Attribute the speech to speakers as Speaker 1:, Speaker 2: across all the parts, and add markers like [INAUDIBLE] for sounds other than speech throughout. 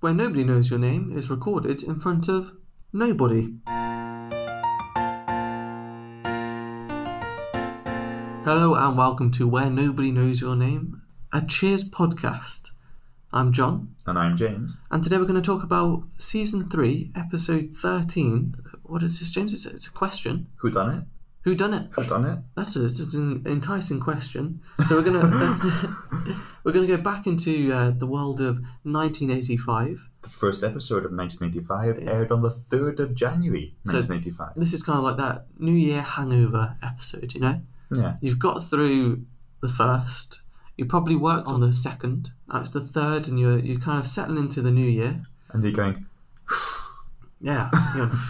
Speaker 1: where nobody knows your name is recorded in front of nobody. Hello and welcome to Where Nobody Knows Your Name, a Cheers podcast. I'm John,
Speaker 2: And I'm James.
Speaker 1: and today we're going to talk about season three, episode thirteen. What is this, James? It's a, it's a question.
Speaker 2: Who done it?
Speaker 1: Who done it?
Speaker 2: Who done it?
Speaker 1: That's a, it's an enticing question. So we're gonna [LAUGHS] we're gonna go back into uh, the world of 1985.
Speaker 2: The first episode of 1985 aired on the 3rd of January 1985.
Speaker 1: This is kind of like that New Year hangover episode. You know,
Speaker 2: yeah.
Speaker 1: you've got through the first. You probably worked on the second. Now it's the third, and you're you're kind of settling into the new year.
Speaker 2: And you're going,
Speaker 1: Yeah. you know. [LAUGHS]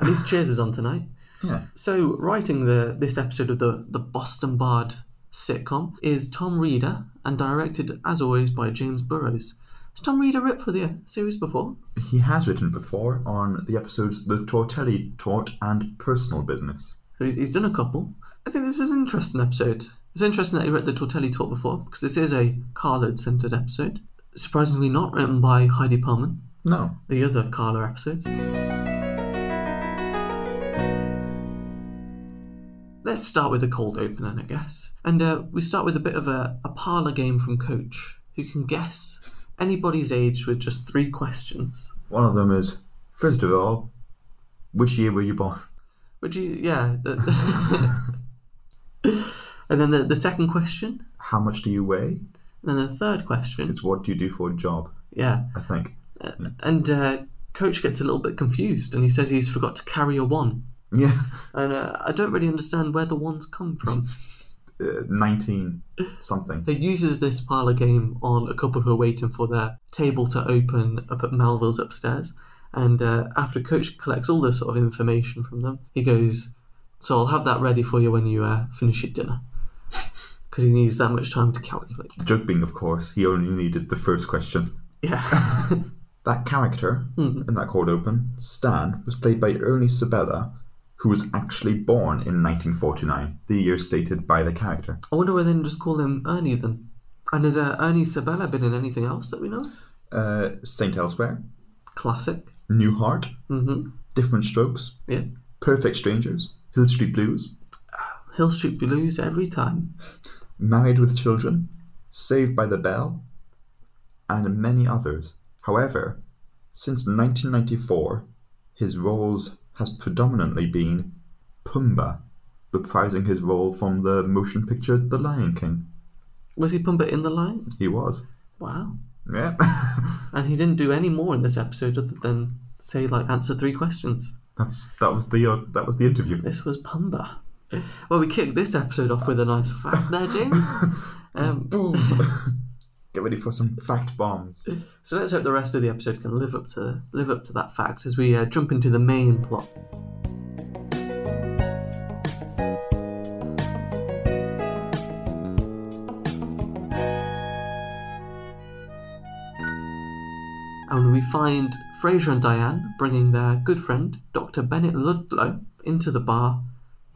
Speaker 1: At least Cheers is on tonight.
Speaker 2: yeah.
Speaker 1: So writing the this episode of the the Boston Bard sitcom is Tom Reeder and directed as always by James Burrows. Has Tom Reeder writ for the series before?
Speaker 2: He has written before on the episodes The Tortelli Tort and Personal Business.
Speaker 1: So he's, he's done a couple. I think this is an interesting episode. It's interesting that he wrote the Tortelli talk before because this is a Carlard centered episode. Surprisingly, not written by Heidi Perlman,
Speaker 2: No.
Speaker 1: the other Carla episodes. Let's start with a cold opening, I guess. And uh, we start with a bit of a, a parlour game from Coach, who can guess anybody's age with just three questions.
Speaker 2: One of them is, first of all, which year were you born?
Speaker 1: Would you, yeah. [LAUGHS] and then the, the second question,
Speaker 2: How much do you weigh?
Speaker 1: and then the third question.
Speaker 2: It's what do you do for a job,
Speaker 1: yeah.
Speaker 2: I think.
Speaker 1: And uh, Coach gets a little bit confused and he says he's forgot to carry a one.
Speaker 2: Yeah. [LAUGHS]
Speaker 1: And uh, I don't really understand where the ones come from.
Speaker 2: Uh, 19 something.
Speaker 1: [LAUGHS] He uses this parlour game on a couple who are waiting for their table to open up at Melville's upstairs. And uh, after Coach collects all this sort of information from them, he goes, So I'll have that ready for you when you uh, finish your dinner. [LAUGHS] Because he needs that much time to calculate.
Speaker 2: The joke being, of course, he only needed the first question.
Speaker 1: Yeah.
Speaker 2: That character in that cold open, Stan, was played by Ernie Sabella, who was actually born in 1949, the year stated by the character.
Speaker 1: I wonder why they didn't just call him Ernie then. And has uh, Ernie Sabella been in anything else that we know?
Speaker 2: Uh, Saint Elsewhere,
Speaker 1: Classic.
Speaker 2: New Heart,
Speaker 1: hmm
Speaker 2: Different Strokes,
Speaker 1: Yeah.
Speaker 2: Perfect Strangers, Hill Street Blues,
Speaker 1: Hill Street Blues every time.
Speaker 2: Married with Children, Saved by the Bell, and many others. However, since 1994, his roles has predominantly been Pumbaa, reprising his role from the motion picture The Lion King.
Speaker 1: Was he Pumba in the line?
Speaker 2: He was.
Speaker 1: Wow.
Speaker 2: Yeah. [LAUGHS]
Speaker 1: And he didn't do any more in this episode other than say like answer three questions.
Speaker 2: That's that was the uh, that was the interview.
Speaker 1: This was Pumba. Well, we kicked this episode off with a nice fact there, [LAUGHS] James. Um,
Speaker 2: Boom. [LAUGHS] Get ready for some fact bombs.
Speaker 1: so let's hope the rest of the episode can live up to live up to that fact as we uh, jump into the main plot. and we find Fraser and Diane bringing their good friend, Dr. Bennett Ludlow, into the bar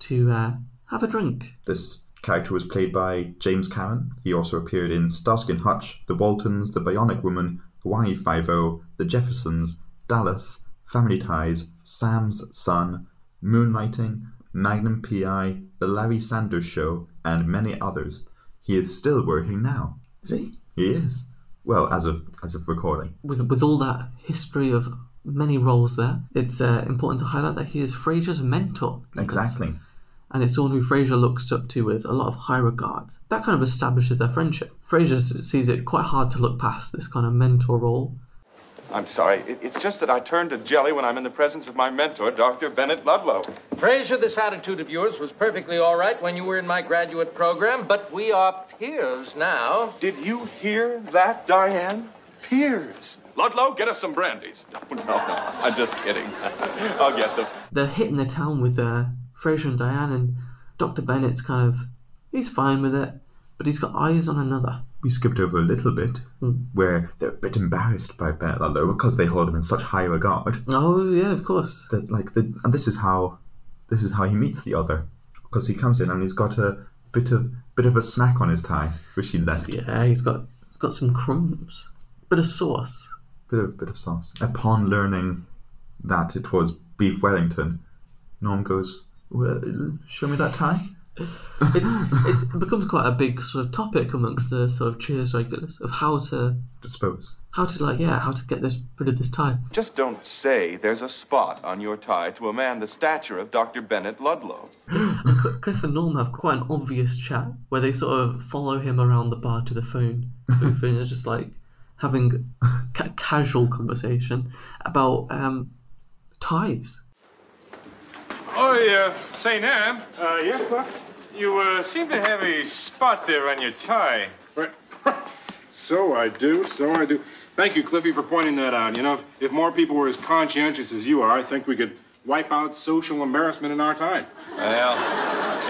Speaker 1: to uh, have a drink.
Speaker 2: This character was played by James Cameron. He also appeared in Starsky and Hutch, The Waltons, The Bionic Woman, Hawaii Five O, The Jeffersons, Dallas, Family Ties, Sam's Son, Moonlighting, Magnum PI, The Larry Sanders Show, and many others. He is still working now.
Speaker 1: Is he?
Speaker 2: He is. Well, as of as of recording.
Speaker 1: With, with all that history of many roles there, it's uh, important to highlight that he is Fraser's mentor.
Speaker 2: Exactly.
Speaker 1: and it's someone who Fraser looks up to with a lot of high regard. That kind of establishes their friendship. Fraser s- sees it quite hard to look past this kind of mentor role.
Speaker 3: I'm sorry. It- It's just that I turn to jelly when I'm in the presence of my mentor, Dr. Bennett Ludlow.
Speaker 4: Fraser, this attitude of yours was perfectly all right when you were in my graduate program, but we are peers now.
Speaker 3: Did you hear that, Diane? Peers. Ludlow, get us some brandies. [LAUGHS] No, no, no. I'm just kidding. [LAUGHS] I'll get them.
Speaker 1: They're hitting the town with uh, Fraser and Diane, and Dr. Bennett's kind of, he's fine with it, but he's got eyes on another.
Speaker 2: we skipped over a little bit
Speaker 1: Hmm.
Speaker 2: where they're a bit embarrassed by Bennett Ludlow because they hold him in such high regard
Speaker 1: Oh, yeah, of course.
Speaker 2: that like the, and this is how this is how he meets the other because he comes in and he's got a bit of bit of a snack on his tie which he left
Speaker 1: Yeah, he's got, got some crumbs, bit of sauce.
Speaker 2: Bit of bit of sauce. Upon learning that it was beef Wellington, Norm goes, well, "Show me that tie."
Speaker 1: It's, it's, it becomes quite a big sort of topic amongst the sort of Cheers regulars of how to
Speaker 2: Dispose.
Speaker 1: how to like yeah how to get this rid of this tie.
Speaker 3: Just don't say there's a spot on your tie to a man the stature of Dr. Bennett Ludlow.
Speaker 1: Cl- Cliff and Norm have quite an obvious chat where they sort of follow him around the bar to the phone booth and it's just like having ca- casual conversation about um, ties.
Speaker 5: Oh, yeah, St. Anne. Uh, yeah, You uh, seem to have a spot there on your tie.
Speaker 6: Right. [LAUGHS] so I do, so I do. Thank you, Cliffy, for pointing that out. You know, if, if more people were as conscientious as you are, I think we could wipe out social embarrassment in our time.
Speaker 5: Well,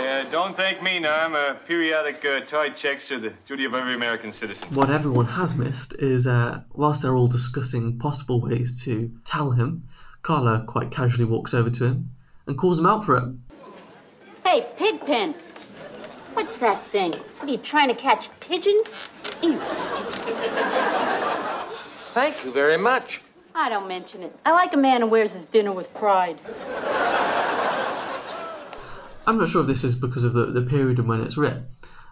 Speaker 5: yeah, don't thank me now. I'm a periodic uh, tie checks are the duty of every American citizen.
Speaker 1: What everyone has missed is uh, whilst they're all discussing possible ways to tell him, Carla quite casually walks over to him and calls him out for it.
Speaker 7: Hey, Pigpen! What's that thing? What are you trying to catch pigeons? Ew.
Speaker 4: Thank you very much.
Speaker 7: I don't mention it. I like a man who wears his dinner with pride.
Speaker 1: I'm not sure if this is because of the, the period and when it's written,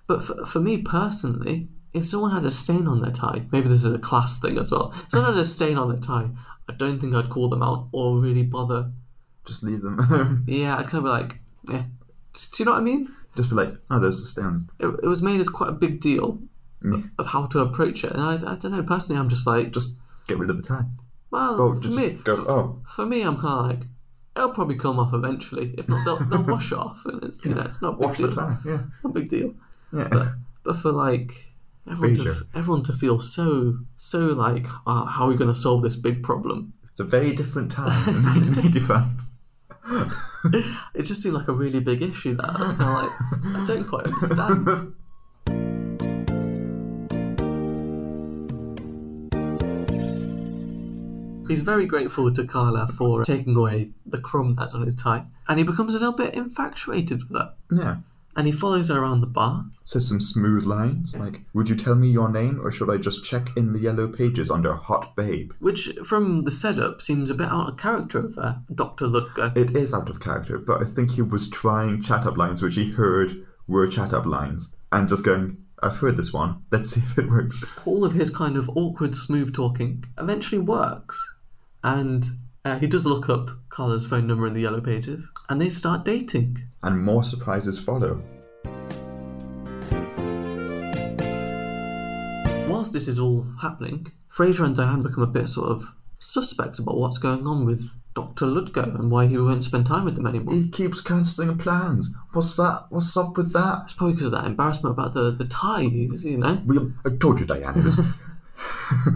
Speaker 1: but for, for me personally, if someone had a stain on their tie, maybe this is a class thing as well, if someone had a stain on their tie, I don't think I'd call them out or really bother.
Speaker 2: Just leave them. [LAUGHS]
Speaker 1: Yeah, I'd kind of be like, eh. Do you know what I mean?
Speaker 2: Just be like, "Oh, there's the stones."
Speaker 1: It, it was made as quite a big deal
Speaker 2: Mm.
Speaker 1: of how to approach it, and I, I don't know, personally, I'm just like, just,
Speaker 2: Just get rid of the tie.
Speaker 1: well,
Speaker 2: Oh,
Speaker 1: for
Speaker 2: just
Speaker 1: me,
Speaker 2: go. Oh,
Speaker 1: for me, I'm kind of like, it'll probably come off eventually. If not, they'll, they'll wash off, and it's, you know, it's not a big
Speaker 2: wash
Speaker 1: deal.
Speaker 2: the tie.
Speaker 1: [LAUGHS]
Speaker 2: Yeah,
Speaker 1: Not a big deal.
Speaker 2: yeah.
Speaker 1: but for like everyone to,
Speaker 2: Frasier.
Speaker 1: everyone to feel so so like uh, how are we going to solve this big problem
Speaker 2: It's a very different time
Speaker 1: [LAUGHS]
Speaker 2: in 1985.
Speaker 1: it just seemed like a really big issue that i was kind of like i don't quite understand He's very grateful to Carla for taking away the crumb that's on his tie, and he becomes a little bit infatuated with that.
Speaker 2: Yeah.
Speaker 1: And he follows her around the bar,
Speaker 2: Says some smooth lines like, "Would you tell me your name, or should I just check in the yellow pages under hot babe?"
Speaker 1: which from the setup seems a bit out of character of uh, Dr. Ludger.
Speaker 2: It is out of character, but I think he was trying chat up lines which he heard were chat up lines and just going, I've heard this one, let's [LAUGHS] see if it works.
Speaker 1: all of his kind of awkward, smooth talking eventually works. And uh, he does look up Carla's phone number in the yellow pages, and they start dating.
Speaker 2: And more surprises follow.
Speaker 1: Whilst this is all happening, Fraser and Diane become a bit sort of suspect about what's going on with Dr. Ludgo and why he won't spend time with them anymore.
Speaker 2: He keeps cancelling plans. What's that? What's up with that?
Speaker 1: It's probably because of that embarrassment about the, the ties, you know?
Speaker 2: We, I told you, Diane, it was. [LAUGHS]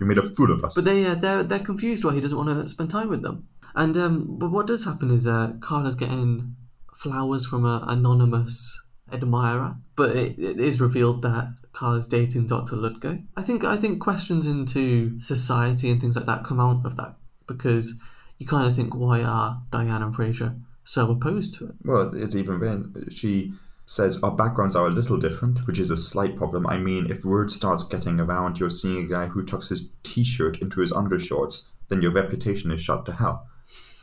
Speaker 2: you made a fool of us.
Speaker 1: But they uh, they're they're confused why he doesn't want to spend time with them. And um, but what does happen is uh, Carla's getting flowers from an anonymous admirer, but it, it is revealed that Carla's dating Dr. Ludgo. I think I think questions into society and things like that come out of that because you kind of think why are Diane and Fraser so opposed to it?
Speaker 2: Well, it's even been. She says our backgrounds are a little different, which is a slight problem. I mean, if word starts getting around you're seeing a guy who tucks his t-shirt into his undershorts, then your reputation is shot to hell.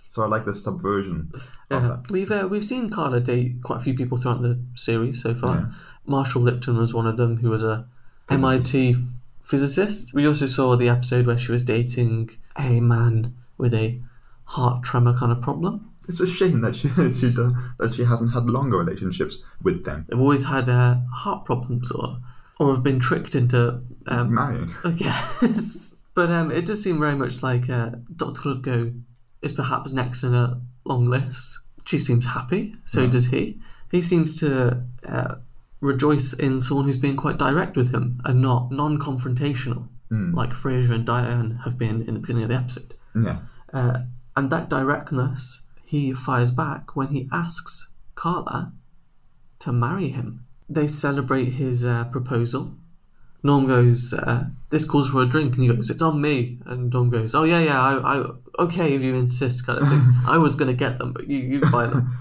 Speaker 2: So I like the subversion.
Speaker 1: Yeah, we've uh, we've seen Carla date quite a few people throughout the series so far. Marshall Lipton was one of them, who was a MIT physicist. We also saw the episode where she was dating a man with a heart tremor kind of problem.
Speaker 2: It's a shame that she [LAUGHS] she does, that she hasn't had longer relationships with them.
Speaker 1: They've always had uh, heart problems, or or have been tricked into um,
Speaker 2: Marrying.
Speaker 1: Yes, [LAUGHS] but um, it does seem very much like uh, Doctor Ludgo is perhaps next in a long list. She seems happy, so does he. He seems to uh, rejoice in someone who's being quite direct with him and not non-confrontational, like Fraser and Diane have been in the beginning of the episode.
Speaker 2: Yeah.
Speaker 1: Uh, and that directness he fires back when he asks Carla to marry him. They celebrate his uh, proposal. Norm goes, uh, This calls for a drink. And he goes, It's on me. And Norm goes, Oh, yeah, yeah, I, I okay, if you insist, kind of thing. I was going to get them, but you, you buy them.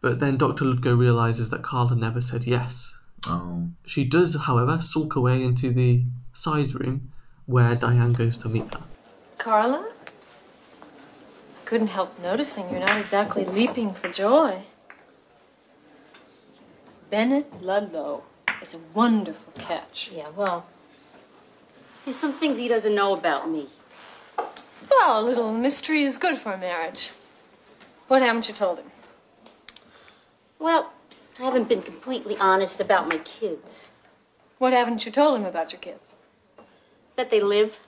Speaker 1: but then Dr. Ludgo realizes that Carla never said yes.
Speaker 2: Oh.
Speaker 1: She does, however, sulk away into the side room where Diane goes to meet her.
Speaker 8: Carla? Couldn't help noticing you're not exactly leaping for joy. Bennett Ludlow is a wonderful catch.
Speaker 7: Yeah, well, there's some things he doesn't know about me.
Speaker 8: Well, a little mystery is good for a marriage. What haven't you told him?
Speaker 7: Well, I haven't been completely honest about my kids.
Speaker 8: What haven't you told him about your kids?
Speaker 7: That they live.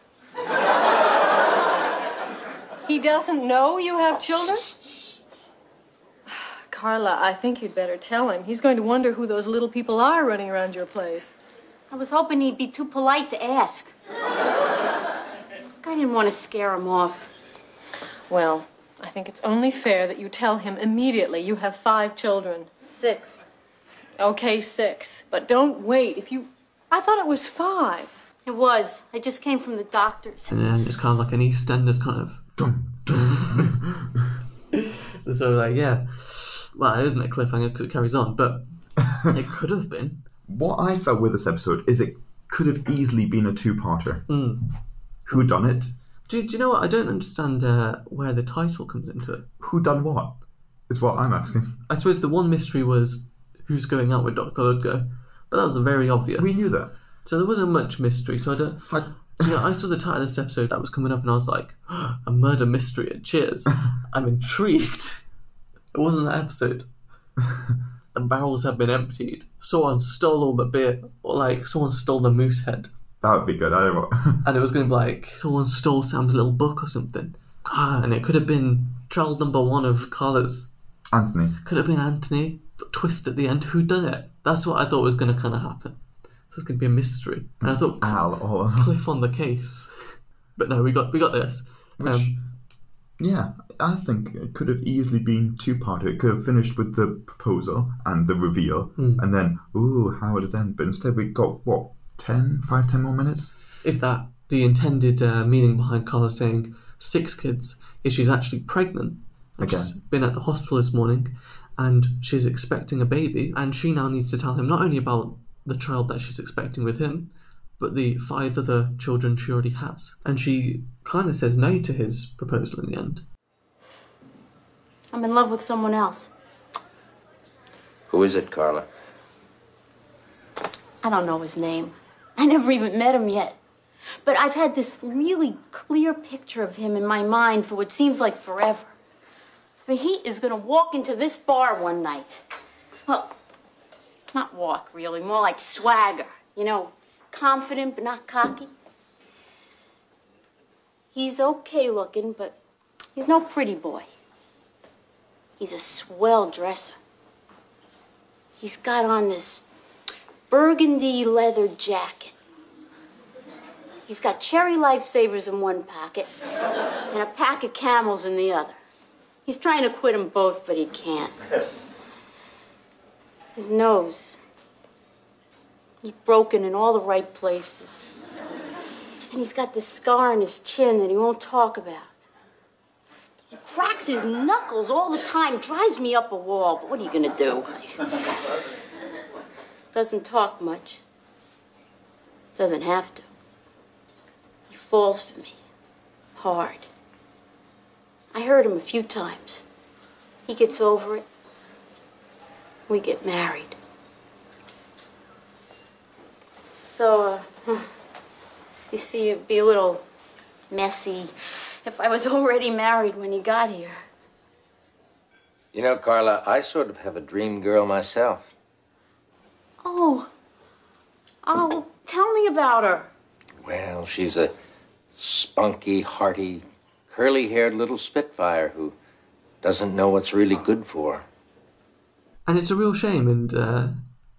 Speaker 8: He doesn't know you have children? [SIGHS] Carla, I think you'd better tell him. He's going to wonder who those little people are running around your place.
Speaker 7: I was hoping he'd be too polite to ask. Look, I didn't want to scare him off.
Speaker 8: Well, I think it's only fair that you tell him immediately you have five children.
Speaker 7: Six.
Speaker 8: Okay, six. But don't wait. If you. I thought it was five.
Speaker 7: It was. I just came from the doctor's.
Speaker 1: And then it's kind of like an EastEnders kind of. so like yeah, well it isn't a cliffhanger because it carries on, but it could have been.
Speaker 2: What I felt with this episode is it could have easily been a two-parter. Who done it?
Speaker 1: Do, do you know what? I don't understand uh, where the title comes into it.
Speaker 2: Who done what? Is what I'm asking.
Speaker 1: I suppose the one mystery was who's going out with Doctor Ludlow, but that was very obvious.
Speaker 2: We knew that.
Speaker 1: So there wasn't much mystery. So I don't.
Speaker 2: I,
Speaker 1: You know, I saw the title of this episode that was coming up, and I was like, [GASPS] "A murder mystery at Cheers." I'm intrigued. It wasn't that episode. the barrels have been emptied. Someone stole all the beer, or like someone stole the moose head,
Speaker 2: that would be good. I don't know.
Speaker 1: and it was going to be like someone stole Sam's little book or something. Ah, and it could have been child number one of Carla's.
Speaker 2: [LAUGHS] Anthony.
Speaker 1: Could have been Anthony. But twist at the end, who done it? That's what I thought was going to kind of happen. It was going to be a mystery, and I thought
Speaker 2: Al. Or, [LAUGHS]
Speaker 1: cliff on the case. [LAUGHS] But no, we got we got this. Um,
Speaker 2: yeah, I think it could have easily been two-parter. It could have finished with the proposal and the reveal,
Speaker 1: Hmm.
Speaker 2: and then, ooh, how would it end? But instead we got, what, 10, 5, 10 more minutes?
Speaker 1: if that the intended uh, meaning behind Carla saying six kids is she's actually pregnant. And
Speaker 2: Okay.
Speaker 1: She's been at the hospital this morning, and she's expecting a baby. And she now needs to tell him not only about the child that she's expecting with him, but the five other children she already has. And she kind of says no to his proposal in the end.
Speaker 7: I'm in love with someone else.
Speaker 4: Who is it, Carla?
Speaker 7: I don't know his name. I never even met him yet. But I've had this really clear picture of him in my mind for what seems like forever. I mean, he is going to walk into this bar one night. Well, not walk, really, more like swagger. You know, confident but not cocky. He's okay looking, but he's no pretty boy. He's a swell dresser. He's got on this burgundy leather jacket. He's got cherry lifesavers in one pocket and a pack of camels in the other. He's trying to quit 'em both, but he can't. His nose is broken in all the right places. And he's got this scar on his chin that he won't talk about. He cracks his knuckles all the time, drives me up a wall, but what are you gonna do? Doesn't talk much. Doesn't have to. He falls for me. Hard. I heard him a few times. He gets over it. We get married. So, uh, [LAUGHS] you see, it'd be a little messy if I was [LAUGHS] already married when he got here.
Speaker 4: You know, Carla, I sort of have a dream girl myself.
Speaker 7: Oh. Oh, well, tell me about her.
Speaker 4: Well, she's a spunky, hearty, curly haired little Spitfire who doesn't know what's really good for her.
Speaker 1: and it's a real shame and uh,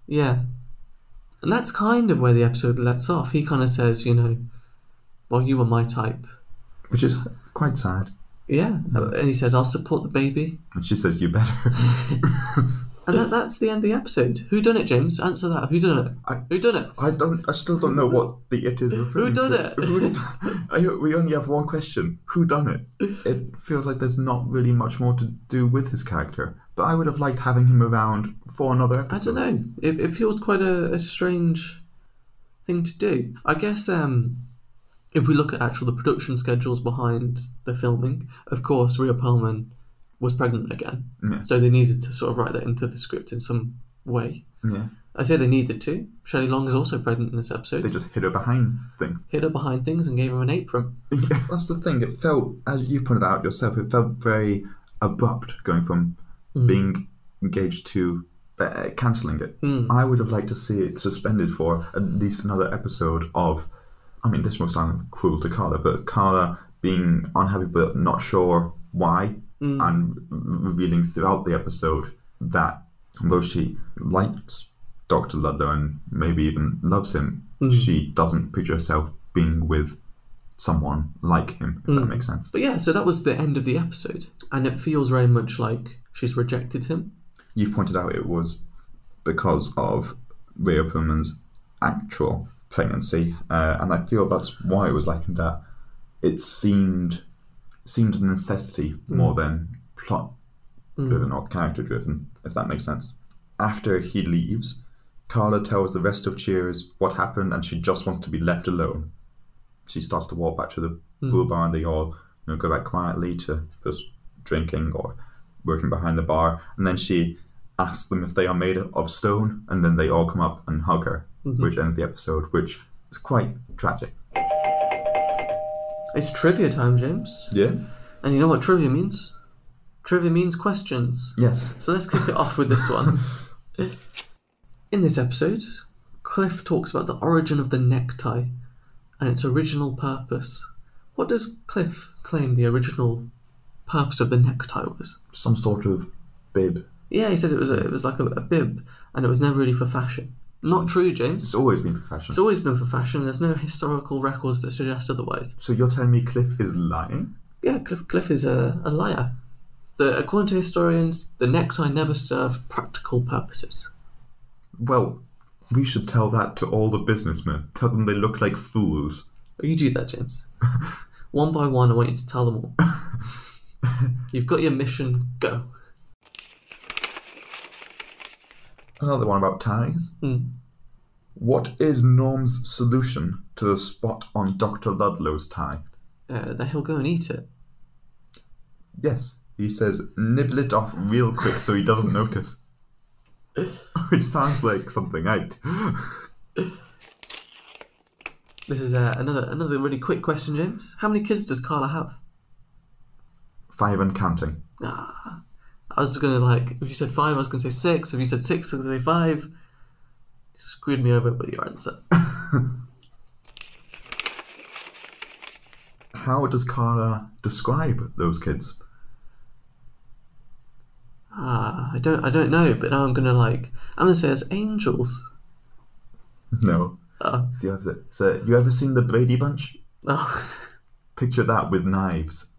Speaker 1: yeah and that's kind of where the episode lets off he kind of says you know well you were my type
Speaker 2: Which is quite sad.
Speaker 1: yeah and he says i'll support the baby
Speaker 2: And she says, you better. [LAUGHS]
Speaker 1: and that, that's the end of the episode who done it james answer that who done it
Speaker 2: I-
Speaker 1: who done it
Speaker 2: I don't. I still don't know what the it is referring
Speaker 1: done
Speaker 2: to. [LAUGHS]
Speaker 1: it?
Speaker 2: Who- I- we only have one question. Who done it? It feels like there's not really much more to do with his character. But I would have liked having him around for another
Speaker 1: i
Speaker 2: episode.
Speaker 1: don't know it, it feels quite a, a strange thing to do i guess um if we look at actual the production schedules behind the filming, of course, Rhea Perlman was pregnant again,
Speaker 2: Yeah.
Speaker 1: so they needed to sort of write that into the script in some way.
Speaker 2: Yeah.
Speaker 1: I say they needed to. Shelley Long is also pregnant in this episode.
Speaker 2: They just hid her behind things.
Speaker 1: Hid her behind things and gave her an apron.
Speaker 2: That's the thing. It felt, as you pointed out yourself, it felt very abrupt going from being engaged to uh, cancelling it. I would have liked to see it suspended for at least another episode of. I mean, this must sound cruel to Carla, but Carla being unhappy but not sure why, and revealing throughout the episode that although she likes Dr. Ludlow and maybe even loves him, she doesn't picture herself being with someone like him, if that makes sense.
Speaker 1: But yeah, so that was the end of the episode, and it feels very much like she's rejected him.
Speaker 2: You pointed out it was because of Rhea Perlman's actual pregnancy, uh, and I feel that's why it was like that. It seemed seemed a necessity more than plot driven or character driven, if that makes sense. After he leaves, Carla tells the rest of Cheers what happened, and she just wants to be left alone. She starts to walk back to the pool bar, and they all you know, go back quietly to just drinking or working behind the bar. And then she asks them if they are made of stone, and then they all come up and hug her, which ends the episode, which is quite tragic.
Speaker 1: It's trivia time, James.
Speaker 2: Yeah.
Speaker 1: And you know what trivia means? Trivia means questions.
Speaker 2: Yes.
Speaker 1: So let's kick it off with this one. In this episode, Cliff talks about the origin of the necktie and its original purpose. What does Cliff claim the original purpose of the necktie was?
Speaker 2: Some sort of bib.
Speaker 1: Yeah, he said it was a, it was like a, a bib, and it was never really for fashion. Not true, James.
Speaker 2: It's always been professional.
Speaker 1: It's always been for fashion. and There's no historical records that suggest otherwise.
Speaker 2: so you're telling me Cliff is lying?
Speaker 1: Yeah, Cliff, Cliff is a, a liar. The, according to historians, the necktie never served practical purposes.
Speaker 2: Well, we should tell that to all the businessmen. Tell them they look like fools.
Speaker 1: You do that, James. [LAUGHS] one by one, I want you to tell them all. You've got your mission, go.
Speaker 2: Another one about ties. What is Norm's solution to the spot on Dr. Ludlow's tie?
Speaker 1: Uh, then he'll go and eat it.
Speaker 2: Yes, he says, nibble it off real quick so he doesn't notice. Which sounds like something I'd.
Speaker 1: This is uh, another another really quick question, James. How many kids does Carla have?
Speaker 2: Five and counting.
Speaker 1: I was gonna like, if you said five, I was gonna say six. If you said six, I was gonna say five. You Screwed me over with your answer.
Speaker 2: How does Carla describe those kids?
Speaker 1: Ah, I don't, I don't know. But now I'm gonna like, I'm gonna say it's angels.
Speaker 2: No.
Speaker 1: Oh.
Speaker 2: It's the opposite. So, you ever seen the Brady Bunch?
Speaker 1: Oh.
Speaker 2: Picture that with knives.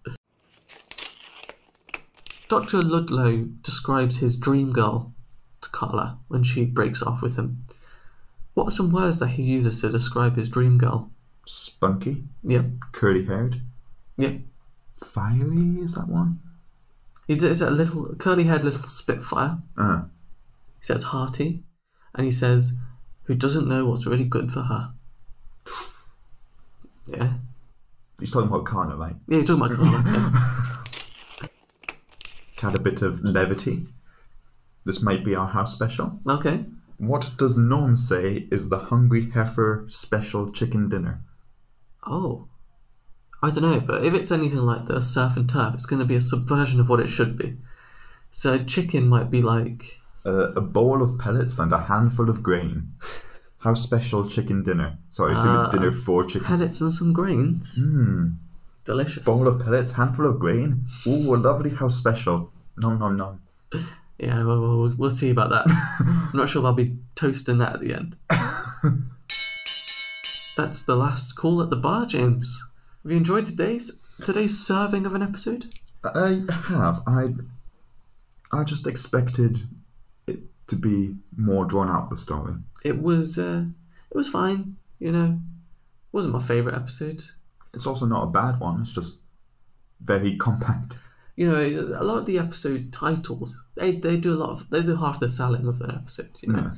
Speaker 1: Dr. Ludlow describes his dream girl to Carla when she breaks off with him. What are some words that he uses to describe his dream girl?
Speaker 2: Spunky,
Speaker 1: Yep,
Speaker 2: curly haired,
Speaker 1: yep.
Speaker 2: fiery is that one?
Speaker 1: He says a little curly haired little spitfire.
Speaker 2: Uh,
Speaker 1: He says hearty, and he says, who doesn't know what's really good for her. [SIGHS] Yeah.
Speaker 2: he's talking about Kana, right?
Speaker 1: Yeah, he's talking about Carla. yeah.
Speaker 2: Had a bit of levity. This might be our house special.
Speaker 1: Okay.
Speaker 2: What does Norm say is the Hungry Heifer special chicken dinner?
Speaker 1: Oh. I don't know, but if it's anything like the surf and turf, it's going to be a subversion of what it should be. So chicken might be like
Speaker 2: Uh, a bowl of pellets and a handful of grain. House special chicken dinner. So I assume it's dinner for chicken.
Speaker 1: pellets and some grains. Delicious.
Speaker 2: Hmm. Bowl of pellets, handful of grain. Ooh, a lovely house special. Nom nom nom.
Speaker 1: Yeah, well, well, we'll, we'll see about
Speaker 2: [LAUGHS]
Speaker 1: that. I'm not sure if I'll be toasting that at the end. That's the last call at the bar, James. Have you enjoyed today's today's serving of an episode?
Speaker 2: I have. I I just expected it to be more drawn out the story.
Speaker 1: It was uh, it was fine, you know. Wasn't my favourite episode.
Speaker 2: It's also not a bad one. It's just very [LAUGHS] compact.
Speaker 1: You know, a lot of the episode titles they, they do a lot of they do half the selling of the episode, you know.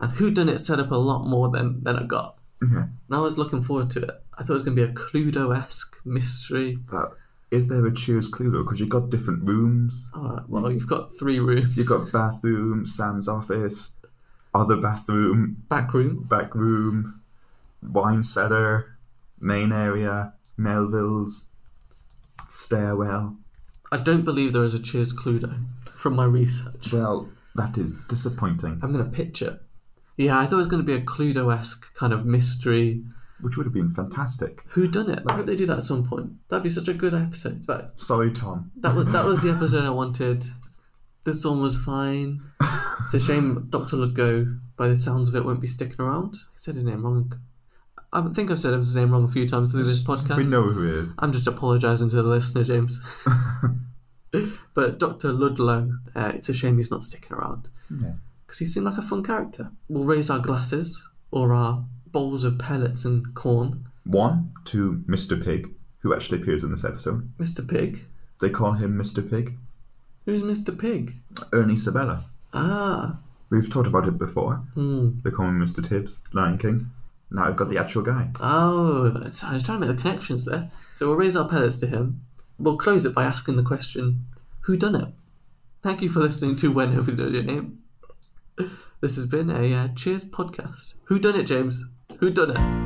Speaker 1: And Who Done It set up a lot more than than I got.
Speaker 2: Yeah.
Speaker 1: And I was looking forward to it. I thought it was going to be a Cluedo esque mystery.
Speaker 2: That is there a Cheers Cluedo? Because you've got different rooms.
Speaker 1: Oh, well, you've got three rooms.
Speaker 2: Mm. You've got bathroom, Sam's office, other bathroom,
Speaker 1: back room.
Speaker 2: back room, wine cellar, main area, Melville's, stairwell.
Speaker 1: I don't believe there is a Cheers Cluedo from my research.
Speaker 2: Well, that is disappointing.
Speaker 1: I'm going to pitch it. Yeah, I thought it was going to be a Cluedo esque kind of mystery.
Speaker 2: Which would have been fantastic.
Speaker 1: Who done it? I hope they do that at some point. That'd be such a good episode. That
Speaker 2: Sorry, Tom.
Speaker 1: that was that was the episode I wanted. This one was fine. It's a shame Doctor Lugo, by the sounds of it, won't be sticking around. I said his name wrong. I think I've said his name wrong a few times through this podcast.
Speaker 2: We know who he is.
Speaker 1: I'm just apologising to the listener,
Speaker 2: [LAUGHS]
Speaker 1: James. but Dr. Ludlow, uh, it's a shame he's not sticking around.
Speaker 2: Yeah.
Speaker 1: Because he seemed like a fun character. We'll raise our glasses or our bowls of pellets and corn.
Speaker 2: One to Mr. Pig, who actually appears in this episode.
Speaker 1: Mr. Pig?
Speaker 2: They call him Mr. Pig.
Speaker 1: Who's Mr. Pig?
Speaker 2: Ernie Sabella.
Speaker 1: Ah,
Speaker 2: We've talked about it before.
Speaker 1: hmm.
Speaker 2: They call him Mr. Tibbs, Lion King. Now I've got the actual guy.
Speaker 1: Oh, it's- I was trying to make the connections there. So we'll raise our pellets to him. We'll close it by asking the question, who done it? Thank you for listening to When Nobody Knows Your [LAUGHS] Name. This has been a uh, Cheers podcast. Who done it, James? Who done it?